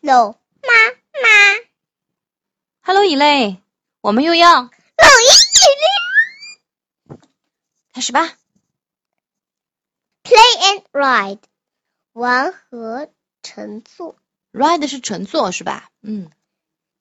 喽妈妈， Hello，以类，我们又要老鹰开始吧。一起 play and ride，玩和乘坐。 Ride 是乘坐是吧？嗯，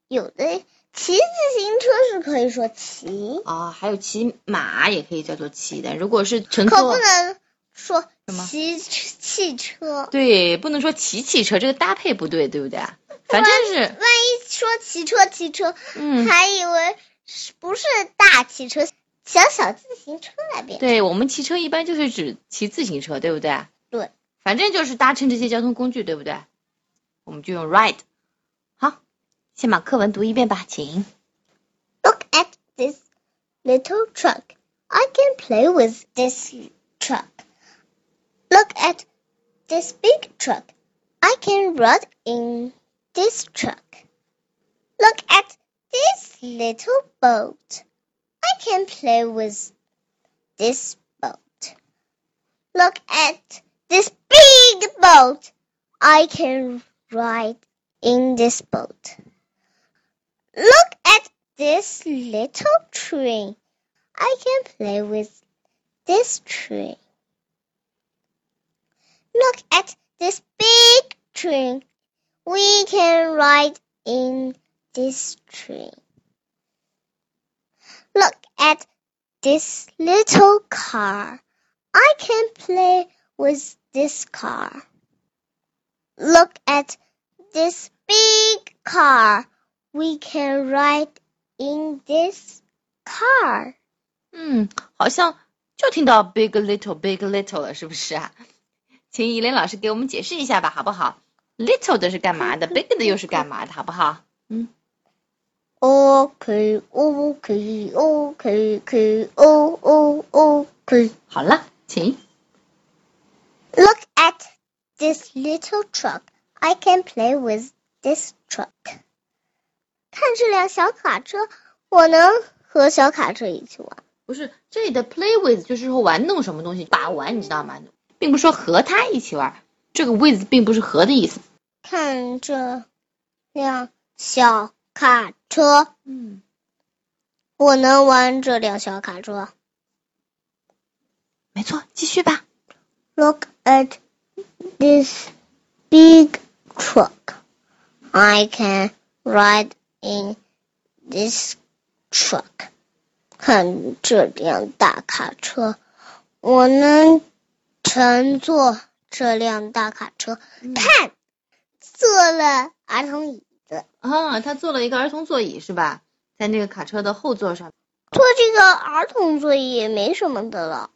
有的骑自行车是可以说骑，哦，还有骑马也可以叫做骑的，如果是乘可不坐，能说什么骑汽车。对，不能说骑汽车，这个搭配不对，对不对？啊反正是，万一说骑车骑车，嗯，还以为是不是大汽车，小小自行车那边。对我们骑车一般就是指骑自行车，对不对？对，反正就是搭乘这些交通工具，对不对？我们就用 ride。好，先把课文读一遍吧，请。 Look at this little truck. I can play with this truck. Look at this big truck. I can ride in this truck. Look at this little boat. I can play with this boat. Look at this big boat. I can ride in this boat. Look at this little tree. I can play with this tree. Look at this big tree. We can ride in this tree. Look at this little car. I can play with this car. Look at this big car. We can ride in this car. 嗯，好像就听到 big little big little 了，是不是啊？请以琳老师给我们解释一下吧，好不好？little 的是干嘛的？big 的又是干嘛的？好不好？ OK OK OK OK O O OK. 好了，请 Look at this little truck. I can play with this truck. 看这辆小卡车，我能和小卡车一起玩。不是这里的 play with 就是说玩弄什么东西，把玩，你知道吗？并不是说和他一起玩，这个 with 并不是和的意思。看这辆小卡车，嗯，我能玩这辆小卡车。没错，继续吧。 Look at this big truck. I can ride in this truck. 看这辆大卡车，我能乘坐这辆大卡车。看，坐了儿童椅，啊，他坐了一个儿童座椅是吧？在那个卡车的后座上，坐这个儿童座椅也没什么的了。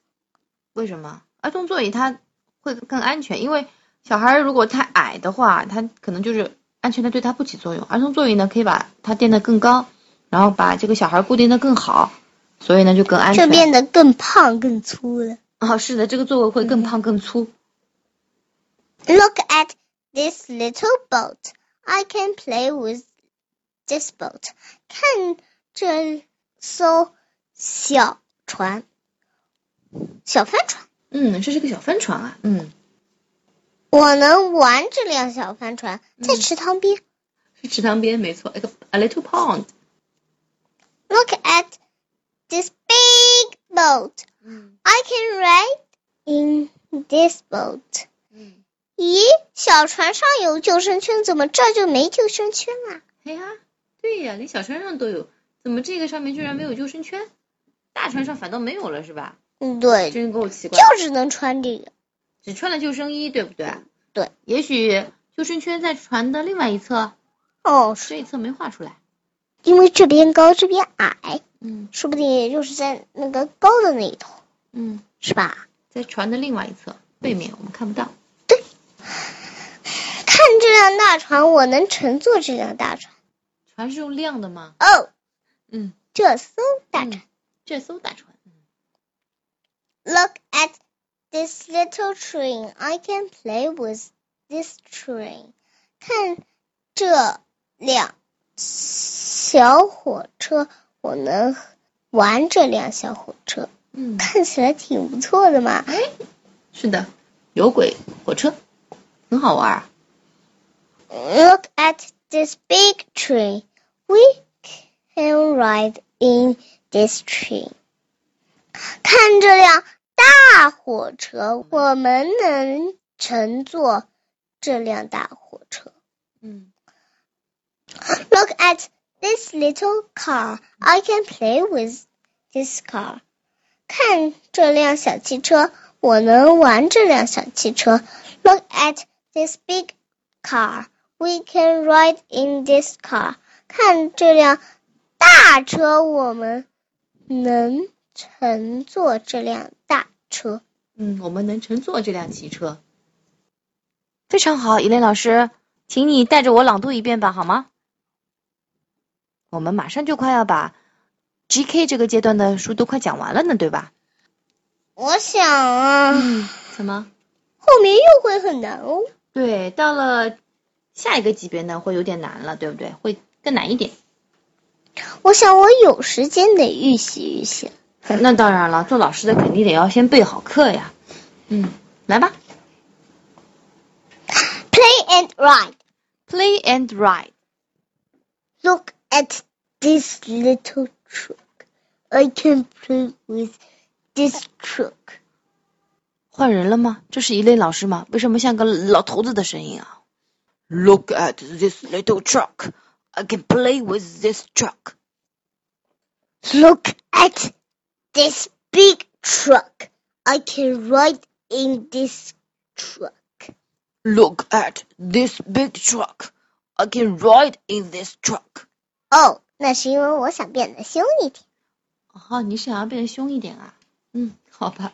为什么？啊儿童座椅它会更安全，因为小孩儿如果太矮的话，他可能就是安全带对他不起作用。儿童座椅呢，可以把它垫得更高，然后把这个小孩儿固定得更好，所以呢就更安这全。变得更胖更粗了。哦，是的，这个座位会更胖更粗。 Look at this little boat. I can play with this boat. 看这艘小船，小帆船，嗯，这是个小帆船啊。嗯，我能玩这辆小帆船，在池塘边。是池塘边，没错，一个 a little pond。 Look at this big boat. 嗯 I can ride in this boat. 嗯，咦，小船上有救生圈，怎么这就没救生圈啦、哎呀，对呀，连小船上都有，怎么这个上面居然没有救生圈？大船上反倒没有了是吧？嗯，对，真够奇怪的。就只能穿这个。只穿了救生衣，对不对？对。也许救生圈在船的另外一侧，哦，是这一侧没画出来。因为这边高这边矮，嗯说不定也就是在那个高的那一头，嗯，是吧？在船的另外一侧背面我们看不到。看这辆大船，我能乘坐这辆大船。船是用亮的吗？哦，嗯，这艘大船。嗯这艘大船。 Look at this little train. I can play with this train. 看这辆小火车，我能玩这辆小火车，嗯，看起来挺不错的嘛。是的，有轨火车，很好玩儿啊。 Look at this big tree. We can ride in this tree. 看这辆大火车，我们能乘坐这辆大火车。嗯 Look at this little car. I can play with this car. 看这辆小汽车，我能玩这辆小汽车。Look at this big car. We can ride in this car. 看这辆大车，我们能乘坐这辆大车。嗯，我们能乘坐这辆汽车。非常好，伊莲老师，请你带着我朗读一遍吧，好吗？我们马上就快要把 GK 这个阶段的书都快讲完了呢，对吧？我想啊，嗯， 怎么？后面又会很难哦。对，到了下一个级别呢，会有点难了，对不对？会更难一 点。我想我有时间得预习预习。那当然了，做老师的肯定得要先备好课呀。嗯，来吧 Play and ride. ，Play and ride。 Look at this little truck. I can play with this truck. 换人了吗？这是一类老师吗？为什么像个老头子的声音啊？Look at this little truck. I can play with this truck. Look at this big truck. I can ride in this truck. Look at this big truck. I can ride in this truck. 哦，Oh, 那是因为我想变得凶一点。哦，你想要变得凶一点啊？嗯，好吧。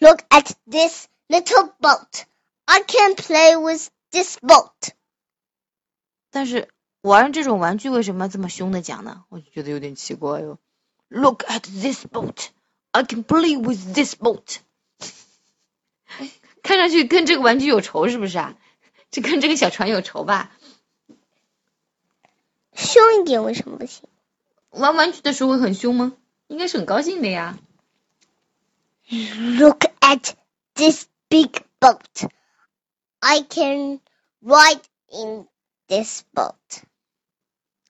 Look at this little boat. I can play with this boat. 但是玩这种玩具为什么要这么凶的讲呢？我就觉得有点奇怪哟。Look at this boat, I can play with this boat。看哎上去跟这个玩具有仇是不是啊？这跟这个小船有仇吧？凶一点为什么不行？玩玩具的时候会很凶吗？应该是很高兴的呀。 Look at this big boat. I can ride in this boat.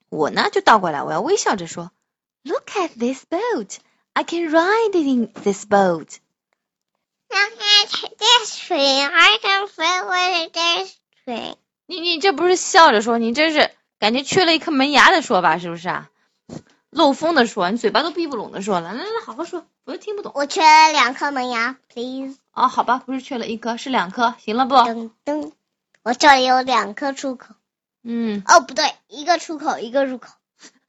我呢就倒过来，我要微笑着说，Look at this boat, I can ride in this boat。 Look at this tree. I can play with this tree. 你你这不是笑着说，你这是感觉缺了一颗门牙的说吧，是不是啊？漏风的说，你嘴巴都闭不拢的说了，来来来，好好说，我都听不懂。我缺了两颗门牙，please。哦，好吧，不是缺了一颗，是两颗，行了不？噔噔，我这里有两颗出口。嗯，哦，不对，一个出口，一个入口。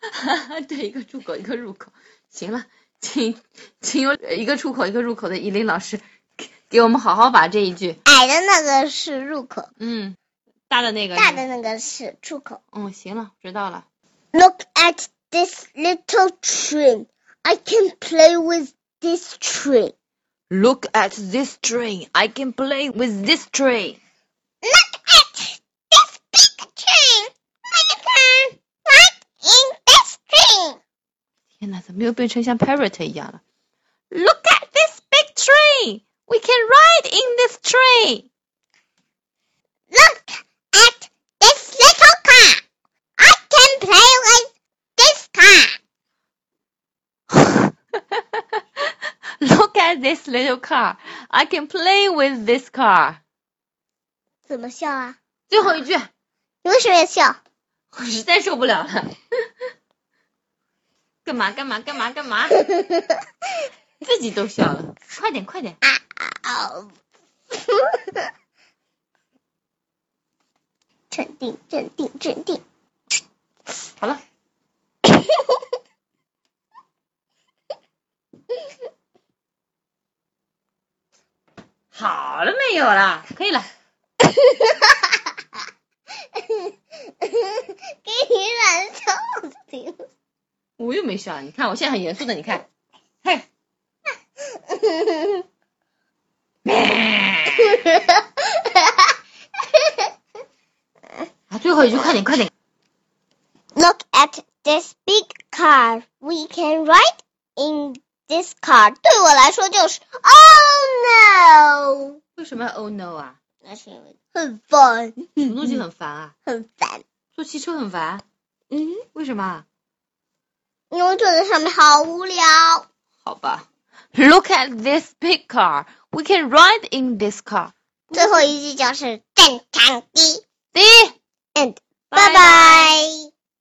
对，一个出口，一个入口，行了，请请有一个出口，一个入口的依林老师给给我们好好把这一句，矮的那个是入口，嗯，大的那个，大的，那个是出口。嗯，行了，知道了。 Look at this little tree. I can play with this tree. Look at this tree, I can play with this tree。 Look at this big tree. I can ride in this tree. 天呐，怎么又变成像 parrot 一样了？Look at this big tree, we can ride in this tree. Look at this little car. I can play with this car. Look at this little car, I can play with this car. 怎么笑啊？最后一句，你为什么要笑？我实在受不了了。 干嘛干嘛干嘛干嘛？ 自己都笑了，快点快点！哦，镇定，镇定，镇定。 好了，好了没有啦？可以了。给你染上顶。我又没笑，你看我现在很严肃的，你看，嘿，啊，最后一句，快点，快点， Look at this big car. We can ride in this car. 对我来说就是 Oh no！嗯为什么要 oh no 啊？那是因为很烦，嗯什么东西很烦啊？很烦。坐汽车很烦，啊嗯，为什么？啊因为坐在上面好无聊。好吧，Look at this big car. We can ride in this car. 最后一句就是正常的第一， ，and 拜拜拜